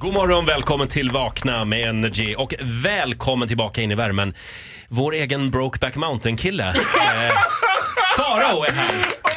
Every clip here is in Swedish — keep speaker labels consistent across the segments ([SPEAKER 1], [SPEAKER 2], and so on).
[SPEAKER 1] God morgon, välkommen till Vakna med Energy och välkommen tillbaka in i värmen. Vår egen Brokeback Mountain-kille. Eh, Farao är här.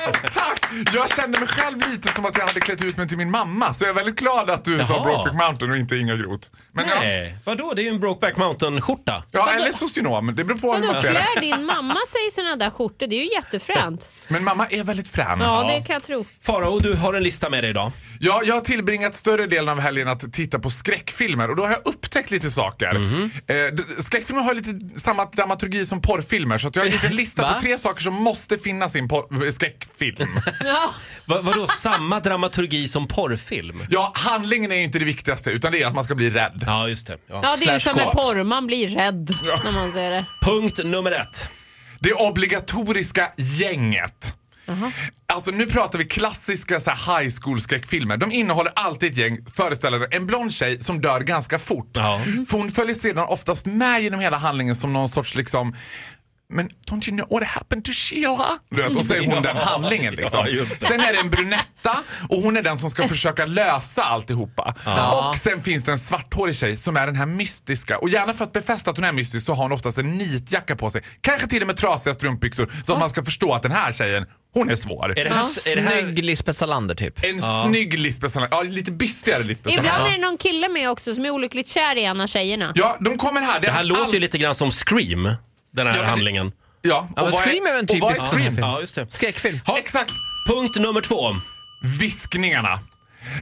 [SPEAKER 2] Åh, Tack! Jag kände mig själv lite som att jag hade klätt ut mig till min mamma. Så jag är väldigt glad att du
[SPEAKER 1] Jaha.
[SPEAKER 2] sa Brokeback Mountain och inte Inga Groth. Men ja,
[SPEAKER 1] Nej, Eh, vadå? Det är ju en Brokeback Mountain-skjorta.
[SPEAKER 2] ja, eller socionom. Det beror på hur
[SPEAKER 3] Vadå,
[SPEAKER 2] man ser det.
[SPEAKER 3] klär din mamma sig i såna där skjortor? Det är ju jättefränt.
[SPEAKER 2] Men mamma är väldigt frän.
[SPEAKER 3] Ja, det kan jag tro.
[SPEAKER 1] Farao, du har en lista med dig idag.
[SPEAKER 2] Ja, jag har tillbringat större delen av helgen att titta på skräckfilmer och då har jag upptäckt lite saker.
[SPEAKER 1] Mhm.
[SPEAKER 2] Eh, d- skräckfilmer har lite samma dramaturgi som porrfilmer så att jag har gjort en lista
[SPEAKER 1] Va?
[SPEAKER 2] på tre saker som måste finnas i en porr- skräckfilm.
[SPEAKER 3] Ja.
[SPEAKER 1] Va, vadå, samma dramaturgi som porrfilm?
[SPEAKER 2] ja, handlingen är ju inte det viktigaste utan det är att man ska bli rädd.
[SPEAKER 1] Ja, just det. Ja.
[SPEAKER 3] ja, det är ju
[SPEAKER 2] Slash
[SPEAKER 3] som med
[SPEAKER 2] kåt.
[SPEAKER 3] porr. Man blir rädd när man ser det.
[SPEAKER 1] Punkt nummer ett.
[SPEAKER 2] Det obligatoriska gänget. Alltså nu pratar vi klassiska så här, high school skräckfilmer. De innehåller alltid ett gäng föreställare. En blond tjej som dör ganska fort.
[SPEAKER 1] Ja.
[SPEAKER 2] För hon följer sedan oftast med genom hela handlingen som någon sorts liksom men don't you know what happened to Sheila? Du vet, och så är hon
[SPEAKER 1] Ja.
[SPEAKER 2] den handlingen liksom.
[SPEAKER 1] Ja, just det.
[SPEAKER 2] sen är det en brunetta och hon är den som ska försöka lösa alltihopa.
[SPEAKER 3] Ja.
[SPEAKER 2] Och sen finns det en svarthårig tjej som är den här mystiska. Och gärna för att befästa att hon är mystisk så har hon oftast en nitjacka på sig. Kanske till och med trasiga strumpbyxor så att man ska förstå att den här tjejen, hon är svår.
[SPEAKER 1] Är det här... Alltså, Är det här
[SPEAKER 4] Snygg Lisbeth Salander typ.
[SPEAKER 2] En snygg Lisbeth Salander. Ja, lite bistigare Lisbeth
[SPEAKER 3] Ibland
[SPEAKER 2] Salander.
[SPEAKER 3] är det någon kille med också som är olyckligt kär i en av tjejerna.
[SPEAKER 2] Ja, de kommer här.
[SPEAKER 1] det här låter ju lite grann som Scream, den här
[SPEAKER 2] Ja, men-
[SPEAKER 1] handlingen.
[SPEAKER 2] Ja,
[SPEAKER 4] Ja, men
[SPEAKER 2] vad
[SPEAKER 4] Scream är väl en
[SPEAKER 2] och vad
[SPEAKER 4] typisk
[SPEAKER 2] Scream?
[SPEAKER 4] sån här
[SPEAKER 1] Ja, just det.
[SPEAKER 4] Skräckfilm.
[SPEAKER 2] Ja, exakt.
[SPEAKER 1] Punkt nummer två.
[SPEAKER 2] viskningarna.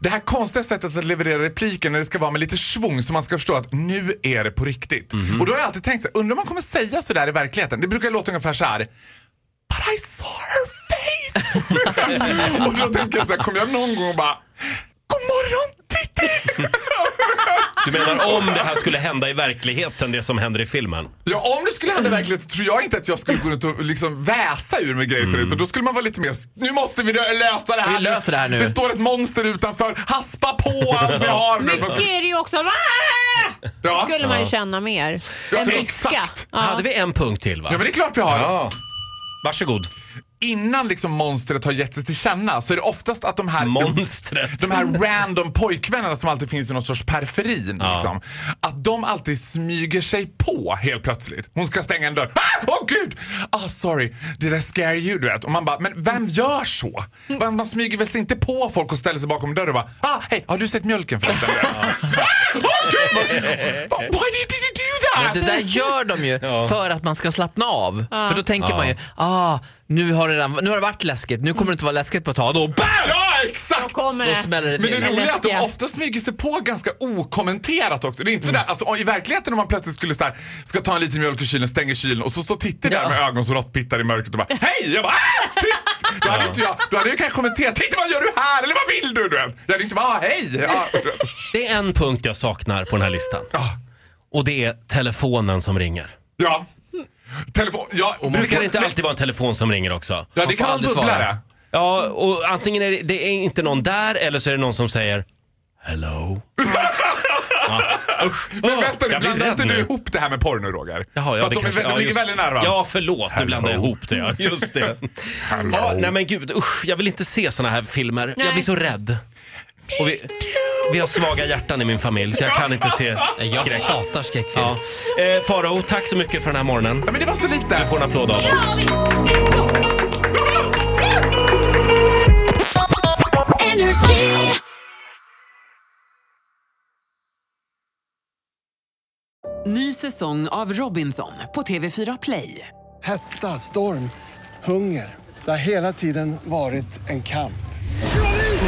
[SPEAKER 2] Det här konstiga sättet att leverera repliken när det ska vara med lite svung så man ska förstå att nu är det på riktigt.
[SPEAKER 4] Mhm.
[SPEAKER 2] Och då har jag alltid tänkt så här, undrar om man kommer säga så där i verkligheten. Det brukar låta ungefär så här. But I saw her face! och då tänker jag så här, kommer jag någon gång och bara God morgon Titti!
[SPEAKER 1] Du menar om det här skulle hända i verkligheten, det som händer i filmen?
[SPEAKER 2] ja, om det skulle hända i verkligheten så tror jag inte att jag skulle gå runt och liksom väsa ur mig grejer förut. Och då skulle man vara lite mer, nu måste vi lö- lösa det här.
[SPEAKER 4] Mm. Vi löser det här nu.
[SPEAKER 2] Det står ett monster utanför, haspa på allt vi har nu.
[SPEAKER 3] Mycket är det ju också. Ah!
[SPEAKER 2] Ja.
[SPEAKER 3] skulle man ju känna mer.
[SPEAKER 2] Ja,
[SPEAKER 3] En
[SPEAKER 2] för-
[SPEAKER 3] viska.
[SPEAKER 2] exakt.
[SPEAKER 1] Hade vi en punkt till va?
[SPEAKER 2] Ja men det är klart vi har.
[SPEAKER 1] Varsågod.
[SPEAKER 2] Innan liksom monstret har gett sig till känna så är det oftast att de här
[SPEAKER 1] Monstret.
[SPEAKER 2] de här random pojkvännerna som alltid finns i någon sorts periferin.
[SPEAKER 1] Ja.
[SPEAKER 2] Liksom, att de alltid smyger sig på helt plötsligt. Hon ska stänga en dörr. Ah! Åh gud! Ah sorry, did I scare you? Du vet. Och man bara, men vem gör så? Man, man smyger väl sig inte på folk och ställer sig bakom dörren och bara, ah hej, har du sett mjölken förresten? ah, åh gud! vad- vad- Why did you do that?
[SPEAKER 4] Ja, det där gör de ju
[SPEAKER 1] Ja.
[SPEAKER 4] för att man ska slappna av. För då tänker man ju, ah, nu har, det redan, nu har det varit läskigt, nu kommer det inte vara läskigt på ett tag. Då, bam!
[SPEAKER 2] Ja, exakt!
[SPEAKER 3] Då kommer
[SPEAKER 4] då smäller det
[SPEAKER 2] Men det
[SPEAKER 4] till.
[SPEAKER 2] roliga är att de
[SPEAKER 3] läskiga.
[SPEAKER 2] ofta smyger sig på ganska okommenterat också. Det är inte sådär,
[SPEAKER 1] Mm.
[SPEAKER 2] alltså, i verkligheten om man plötsligt skulle så här, ska ta en liten mjölk ur kylen, stänger kylen och så står Titti där
[SPEAKER 4] Ja.
[SPEAKER 2] med ögon som råttpittar i mörkret och bara Hej! Jag bara "Ah, Titti!" Då hade inte jag, då hade jag kanske kommenterat Titti vad gör du här? Eller vad vill du? du vet. Jag hade inte bara ah, hej! Ja, du vet.
[SPEAKER 1] Det är en punkt jag saknar på den här listan.
[SPEAKER 2] Ja.
[SPEAKER 1] Och det är telefonen som ringer.
[SPEAKER 2] ja. Telefon, ja.
[SPEAKER 1] Och det kan inte alltid vara en telefon som ringer också.
[SPEAKER 2] Ja, det
[SPEAKER 4] Man
[SPEAKER 2] kan
[SPEAKER 4] får
[SPEAKER 2] vara en
[SPEAKER 4] aldrig svara.
[SPEAKER 2] bubblare.
[SPEAKER 1] Ja, och antingen är det, det är inte någon där eller så är det någon som säger Hello. ja, usch.
[SPEAKER 2] Men vänta nu,
[SPEAKER 1] jag blir
[SPEAKER 2] blandar
[SPEAKER 1] rädd
[SPEAKER 2] inte du
[SPEAKER 1] nu.
[SPEAKER 2] ihop det här med porr nu Roger?
[SPEAKER 1] Jaha, ja,
[SPEAKER 2] För
[SPEAKER 1] det
[SPEAKER 2] att de, är,
[SPEAKER 1] kanske-
[SPEAKER 2] väl- de ligger
[SPEAKER 1] just-
[SPEAKER 2] väldigt nära varandra.
[SPEAKER 1] Ja, förlåt. Nu
[SPEAKER 2] Hello.
[SPEAKER 1] blandade jag ihop det. Ja, just det.
[SPEAKER 2] Hello.
[SPEAKER 1] ja, nej men gud, usch. Jag vill inte se såna här filmer. Jag
[SPEAKER 3] Nej.
[SPEAKER 1] blir så rädd. Och vi, vi har svaga hjärtan i min familj så jag kan inte se
[SPEAKER 4] Nej, Jag
[SPEAKER 1] skräck.
[SPEAKER 4] hatar skräckfilm.
[SPEAKER 1] Ja. Eh, Farao, tack så mycket för den här morgonen.
[SPEAKER 2] Ja, men det var så lite.
[SPEAKER 1] Du får en applåd av oss.
[SPEAKER 5] Ny säsong av Robinson på TV4 Play.
[SPEAKER 6] Hetta, storm, hunger. Det har hela tiden varit en kamp.
[SPEAKER 5] Nu